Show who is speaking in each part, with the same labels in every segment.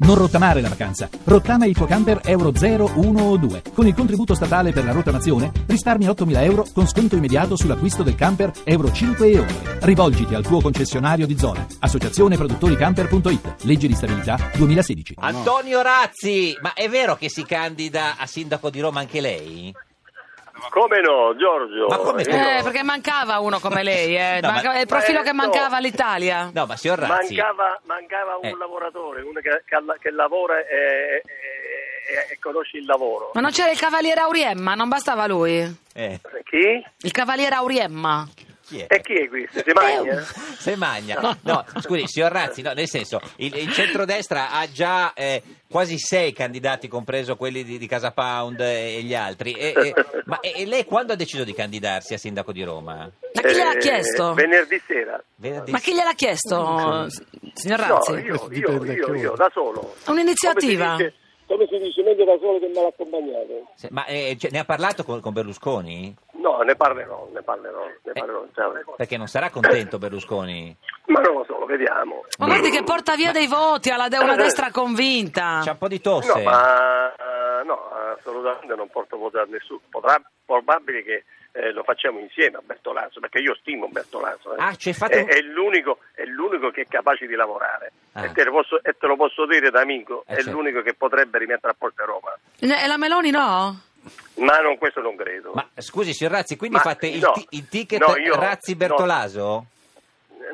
Speaker 1: Non rottamare la vacanza. Rottama il tuo camper Euro 0, 1 o 2. Con il contributo statale per la rottamazione risparmi 8.000 euro con sconto immediato sull'acquisto del camper Euro 5 e 1. Rivolgiti al tuo concessionario di zona. Associazione produttoricamper.it. Legge di stabilità 2016.
Speaker 2: Antonio Razzi, ma è vero che si candida a sindaco di Roma anche lei?
Speaker 3: Come no, Giorgio?
Speaker 2: Ma come
Speaker 3: Io-
Speaker 2: no?
Speaker 4: Eh, perché mancava uno come lei, eh.
Speaker 2: No, ma-
Speaker 4: Mancava- è il profilo
Speaker 3: Eh,
Speaker 4: che
Speaker 3: no.
Speaker 4: mancava all'Italia.
Speaker 2: No, ma signor Razzi.
Speaker 3: Mancava, mancava un
Speaker 2: Eh.
Speaker 3: lavoratore, uno che, che alla- che lavora e, e- e- e conosce il lavoro.
Speaker 4: Ma non c'era il cavaliere Auriemma, non bastava lui? Il
Speaker 2: Eh,
Speaker 3: Chi?
Speaker 4: cavaliere Auriemma.
Speaker 2: chi è?
Speaker 3: E Eh, chi è questo? Si magna?
Speaker 2: Se magna. No, scusi, signor Razzi, no, nel senso, il, il centrodestra ha già eh, quasi sei candidati, compreso quelli di, di Casa Pound eh, e gli altri. E, e- ma e- e lei quando ha deciso di candidarsi a sindaco di Roma?
Speaker 4: Ma chi gliel'ha
Speaker 3: Eh,
Speaker 4: chiesto?
Speaker 3: Venerdì sera.
Speaker 2: Venerdì
Speaker 4: Ma chi gliel'ha chiesto, signor
Speaker 3: No,
Speaker 4: Razzi?
Speaker 3: io, io,
Speaker 5: dipende da
Speaker 3: io,
Speaker 5: che
Speaker 3: io,
Speaker 5: ora.
Speaker 3: da solo.
Speaker 4: Un'iniziativa.
Speaker 3: Come si dice- come si dice, meglio da solo che mal accompagnato.
Speaker 2: Se- Ma eh, cioè, ne ha parlato con, con Berlusconi?
Speaker 3: No, ne parlerò, ne parlerò, ne parlerò. ciao.
Speaker 2: Eh. Perché non sarà contento Berlusconi.
Speaker 3: Ma non lo so, vediamo.
Speaker 4: Ma guardi che porta via dei voti alla de- una destra convinta.
Speaker 2: C'ha un po' di
Speaker 3: No,
Speaker 2: tosse.
Speaker 3: ma eh, no, assolutamente non porto voto a nessuno. Potrà, probabile che eh, lo facciamo insieme a Bertolazzo, perché io stimo Bertolazzo. eh.
Speaker 2: Ah, ci hai fatto-
Speaker 3: è, è l'unico, è l'unico che è capace di lavorare.
Speaker 2: Ah.
Speaker 3: E, te lo posso, e te lo posso dire da amico,
Speaker 2: Eh,
Speaker 3: è
Speaker 2: certo.
Speaker 3: l'unico che potrebbe rimettere a posto Roma.
Speaker 4: E la Meloni no?
Speaker 3: Ma non, questo non credo.
Speaker 2: Ma scusi, signor Razzi, quindi
Speaker 3: Ma
Speaker 2: fate il,
Speaker 3: no,
Speaker 2: ti- il ticket
Speaker 3: no, io-
Speaker 2: Razzi-Bertolaso?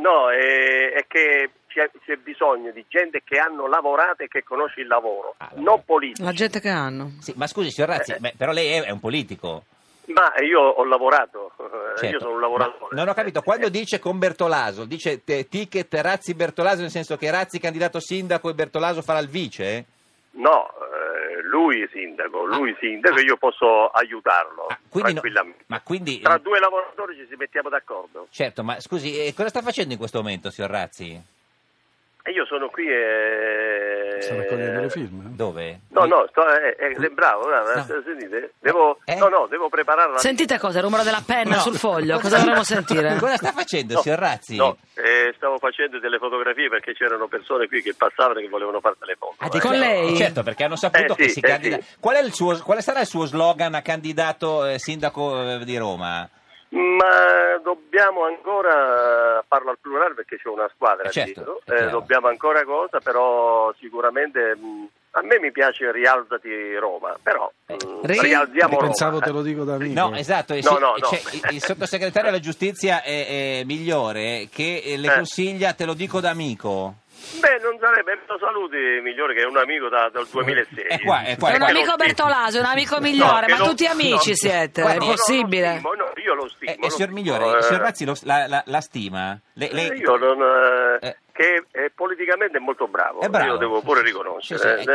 Speaker 3: No, è, è che c'è, c'è bisogno di gente che hanno lavorato e che conosce il lavoro,
Speaker 2: Ah, lavoro.
Speaker 3: non politici.
Speaker 4: La gente che hanno.
Speaker 2: Sì, ma scusi, signor Razzi,
Speaker 3: Eh.
Speaker 2: beh, però lei è, è un politico.
Speaker 3: Ma io ho lavorato, eh,
Speaker 2: certo.
Speaker 3: io sono un lavoratore. Eh,
Speaker 2: Ma non ho capito, quando dice con Bertolaso, dice eh, ticket Razzi-Bertolaso nel senso che Razzi è candidato sindaco e Bertolaso farà il vice?
Speaker 3: No, eh, lui è sindaco, lui è sindaco, io posso aiutarlo
Speaker 2: Ah, quindi no-
Speaker 3: Oh,
Speaker 2: Eh.
Speaker 3: tranquillamente.
Speaker 2: ma quindi...
Speaker 3: Tra due lavoratori ci si mettiamo d'accordo.
Speaker 2: Certo, ma scusi, eh, cosa sta facendo in questo momento, signor Razzi?
Speaker 3: E io sono qui e...
Speaker 5: Sta raccogliendo le firme?
Speaker 2: Dove?
Speaker 3: No, no, sto, eh, eh, eh, bravo, bravo,
Speaker 2: No.
Speaker 3: sentite, devo,
Speaker 2: Ah. Eh?
Speaker 3: no, no, devo preparare la...
Speaker 4: Sentite cosa? Il rumore della penna
Speaker 2: No.
Speaker 4: Eh, sul foglio, cosa dovremmo sentire?
Speaker 2: Cosa sta facendo,
Speaker 3: No,
Speaker 2: signor Razzi?
Speaker 3: No, eh, stavo facendo delle fotografie perché c'erano persone qui che passavano e che volevano fare delle foto.
Speaker 2: Ah,
Speaker 3: eh.
Speaker 2: di-
Speaker 4: Con lei?
Speaker 2: Certo, perché hanno saputo
Speaker 3: Eh, sì,
Speaker 2: che si
Speaker 3: eh,
Speaker 2: candida.
Speaker 3: sì.
Speaker 2: Qual, è il suo, quale sarà il suo slogan a candidato eh, sindaco eh, di Roma?
Speaker 3: Ma dobbiamo ancora, parlo al plurale perché c'è una squadra,
Speaker 2: Eh, certo,
Speaker 3: dietro,
Speaker 2: è
Speaker 3: eh,
Speaker 2: chiaro.
Speaker 3: dobbiamo ancora cosa, però sicuramente mh, a me mi piace rialzati Roma, però
Speaker 2: Eh,
Speaker 3: mh,
Speaker 4: Ri-
Speaker 3: rialziamo Roma.
Speaker 5: Pensavo te lo dico da amico.
Speaker 2: No, esatto, eh,
Speaker 3: No,
Speaker 2: sì,
Speaker 3: no, no.
Speaker 2: c'è il- il sottosegretario alla giustizia è, migliore che eh, le
Speaker 3: Eh.
Speaker 2: consiglia, te lo dico da amico.
Speaker 3: Beh, non sarebbe meno saluti migliore che un amico da- dal 2006.
Speaker 2: È Eh, qua, è qua,
Speaker 4: È
Speaker 2: è
Speaker 4: un
Speaker 2: qua.
Speaker 4: amico Bertolasi, un amico migliore,
Speaker 3: che
Speaker 4: ma
Speaker 3: lo-
Speaker 4: tutti amici
Speaker 3: no.
Speaker 4: siete,
Speaker 3: No,
Speaker 4: è
Speaker 3: no, no,
Speaker 4: possibile.
Speaker 3: lo stimo, no, io lo stimo.
Speaker 2: Eh,
Speaker 3: lo
Speaker 2: eh, signor
Speaker 3: stimo,
Speaker 2: Migliore,
Speaker 3: eh.
Speaker 2: signor Razzi lo- la, la- la stima. Le- lei-
Speaker 3: Eh, Io non, eh,
Speaker 2: Eh.
Speaker 3: che è politicamente molto bravo,
Speaker 2: È bravo.
Speaker 3: io lo devo pure
Speaker 2: Sì,
Speaker 3: riconoscere.
Speaker 2: sì, eh,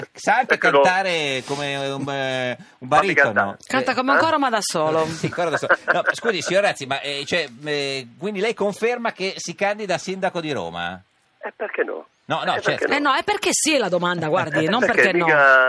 Speaker 3: Eh,
Speaker 2: sa anche
Speaker 3: perché lo-
Speaker 2: cantare come un, eh, un
Speaker 3: Fammi
Speaker 2: baritono.
Speaker 3: cantare.
Speaker 4: Canta
Speaker 2: Eh,
Speaker 4: come un coro ma da solo.
Speaker 3: Eh.
Speaker 2: Sì, ancora da solo. No, scusi, signor Razzi, ma eh, cioè, eh, quindi lei conferma che si candida a sindaco di Roma?
Speaker 3: Eh, perché no?
Speaker 2: No, no,
Speaker 3: Eh,
Speaker 2: certo.
Speaker 4: Eh no, è perché sì è la domanda, guardi, non perché no.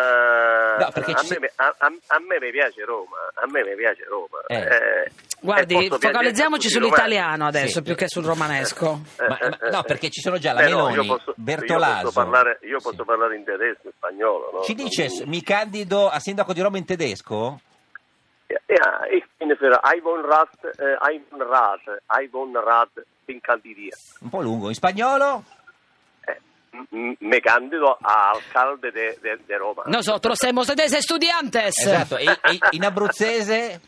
Speaker 3: mica-
Speaker 2: No, perché
Speaker 3: a,
Speaker 2: ci
Speaker 3: me,
Speaker 2: si-
Speaker 3: a- a- a me mi piace Roma, a me mi piace Roma.
Speaker 2: Eh.
Speaker 3: Eh, e
Speaker 4: Guardi,
Speaker 3: posso piacere
Speaker 4: focalizziamoci
Speaker 3: a tutti i romani.
Speaker 4: sull'italiano adesso
Speaker 2: Sì.
Speaker 4: più che sul romanesco.
Speaker 3: Eh,
Speaker 2: Ma-
Speaker 3: eh,
Speaker 2: ma- no,
Speaker 3: eh,
Speaker 2: perché ci sono già la
Speaker 3: Beh, no,
Speaker 2: Meloni,
Speaker 3: io posso,
Speaker 2: Bertolaso.
Speaker 3: Io posso parlare, io posso
Speaker 2: Sì.
Speaker 3: parlare in tedesco, in spagnolo. No?
Speaker 2: Ci dice, s-
Speaker 3: Non-
Speaker 2: mi candido a sindaco di Roma in tedesco?
Speaker 3: Ja, ich bin für Ivon Rat, eh, Ivon Rat, Ivon Rat, bin Candidia.
Speaker 2: Un po' lungo. In spagnolo?
Speaker 3: Eh, m- m- me candido a alcalde de, de, de Roma.
Speaker 4: Nosotros somos ustedes estudiantes.
Speaker 2: Esatto. E, e in abruzzese?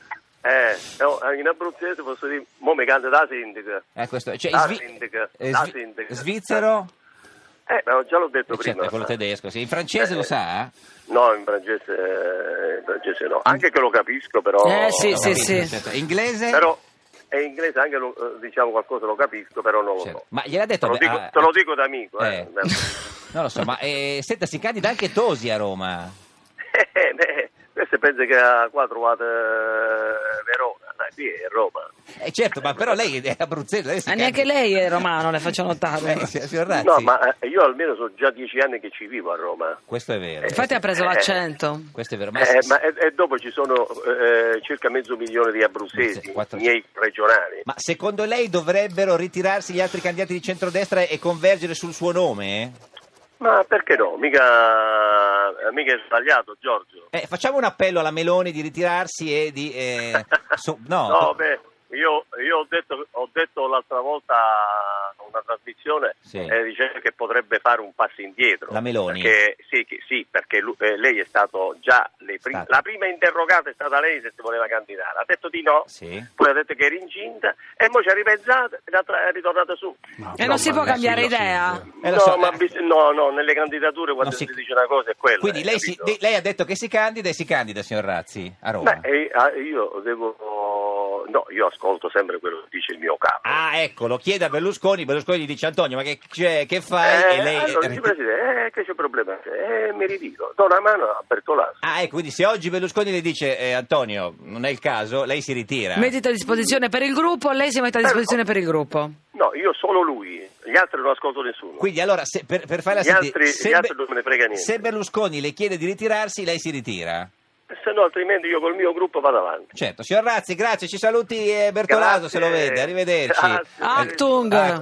Speaker 3: Eh, no, in abruzzese posso dire, mo mi candido da sindaco.
Speaker 2: Eh, questo, cioè, in
Speaker 3: Da
Speaker 2: Svi-
Speaker 3: sindaco,
Speaker 2: eh,
Speaker 3: da
Speaker 2: Svi-
Speaker 3: sindaco.
Speaker 2: Svizzero?
Speaker 3: Eh, ma già l'ho detto
Speaker 2: Eh,
Speaker 3: prima.
Speaker 2: certo, è quello tedesco. sì. In francese
Speaker 3: Eh,
Speaker 2: lo sa?
Speaker 3: No, in francese, eh, in francese no, anche che lo capisco però...
Speaker 4: Eh, sì,
Speaker 2: Ho
Speaker 4: sì,
Speaker 2: capito,
Speaker 4: sì.
Speaker 2: certo. Inglese?
Speaker 3: Però è inglese anche lo- eh, diciamo qualcosa lo capisco, però non lo
Speaker 2: Certo.
Speaker 3: so.
Speaker 2: Ma gliel'ha detto...
Speaker 3: Te lo dico,
Speaker 2: ah,
Speaker 3: te lo dico da amico, eh.
Speaker 2: eh. Non lo so, ma eh, senta, si candida anche Tosi a Roma.
Speaker 3: Eh, beh, questo pensa che a qua trovate eh, Verona, dai, qui è Roma.
Speaker 2: Eh, certo, ma però lei è abruzzese. Lei si
Speaker 4: Ma Eh, neanche
Speaker 2: candida-
Speaker 4: lei è romano, le faccio
Speaker 2: Eh,
Speaker 4: notare.
Speaker 2: signor- signor Razzi,
Speaker 3: No, ma eh, io almeno sono già dieci anni che ci vivo a Roma.
Speaker 2: Questo è vero.
Speaker 4: Infatti ha preso
Speaker 3: Eh.
Speaker 4: l'accento.
Speaker 2: Questo è vero. Ma,
Speaker 3: Eh, ma, e, e dopo ci sono eh, circa mezzo milione di abruzzesi,
Speaker 2: Sì, quattro-
Speaker 3: miei regionali.
Speaker 2: ma secondo lei dovrebbero ritirarsi gli altri candidati di centrodestra e convergere sul suo nome?
Speaker 3: Ma perché no? Mica, eh, mica è sbagliato, Giorgio.
Speaker 2: Eh, facciamo un appello alla Meloni di ritirarsi e di... eh, so- no,
Speaker 3: No, beh, io, io ho, detto, ho detto l'altra volta a una trasmissione
Speaker 2: Sì.
Speaker 3: eh, dicendo che potrebbe fare un passo indietro.
Speaker 2: La Meloni.
Speaker 3: Perché, sì, che- sì, perché lu- eh, lei è stato già le prim-
Speaker 2: Stato.
Speaker 3: la prima interrogata è stata lei se si voleva candidare. Ha detto di no,
Speaker 2: Sì. Eh,
Speaker 3: poi ha detto che era incinta e poi ci ha ripensato ed ha tra- è ritornata su.
Speaker 4: E non si può cambiare idea?
Speaker 2: Eh, lo
Speaker 3: no,
Speaker 2: so,
Speaker 3: ma
Speaker 2: eh.
Speaker 3: bis- no, no, nelle candidature quando
Speaker 2: Non
Speaker 3: si...
Speaker 2: si-
Speaker 3: dice una cosa è quella.
Speaker 2: Quindi
Speaker 3: eh,
Speaker 2: lei, si- di-
Speaker 3: capito?
Speaker 2: lei ha detto che si candida e si candida, signor Razzi, a Roma.
Speaker 3: Beh, eh, ah, io devo... No, io ascolto sempre quello che dice il mio capo.
Speaker 2: Ah, ecco, lo chiede a Berlusconi, Berlusconi gli dice Antonio, ma che, c'è- che fai?
Speaker 3: Eh,
Speaker 2: e lei...
Speaker 3: allora, dice, Presidente, eh, che c'è problema? Eh, mi ritiro. Do una mano a Bertolaso.
Speaker 2: Ah, ecco, quindi se oggi Berlusconi le dice eh, Antonio, non è il caso, lei si ritira.
Speaker 4: Mettiti a disposizione per il gruppo, lei si mette a disposizione per il gruppo.
Speaker 3: No, io solo lui. Gli altri non ascolto nessuno.
Speaker 2: Quindi allora, se- per, per farla
Speaker 3: Gli
Speaker 2: sentire...
Speaker 3: altri-
Speaker 2: se
Speaker 3: gli
Speaker 2: Be-
Speaker 3: altri non me ne frega niente.
Speaker 2: Se Berlusconi le chiede di ritirarsi, lei si ritira.
Speaker 3: Se no, altrimenti io col mio gruppo vado avanti.
Speaker 2: Certo, signor Razzi, grazie, ci saluti eh, Bertolaso se lo
Speaker 3: Grazie.
Speaker 2: vede, arrivederci.
Speaker 3: Grazie.
Speaker 2: Eh,
Speaker 4: Achtung!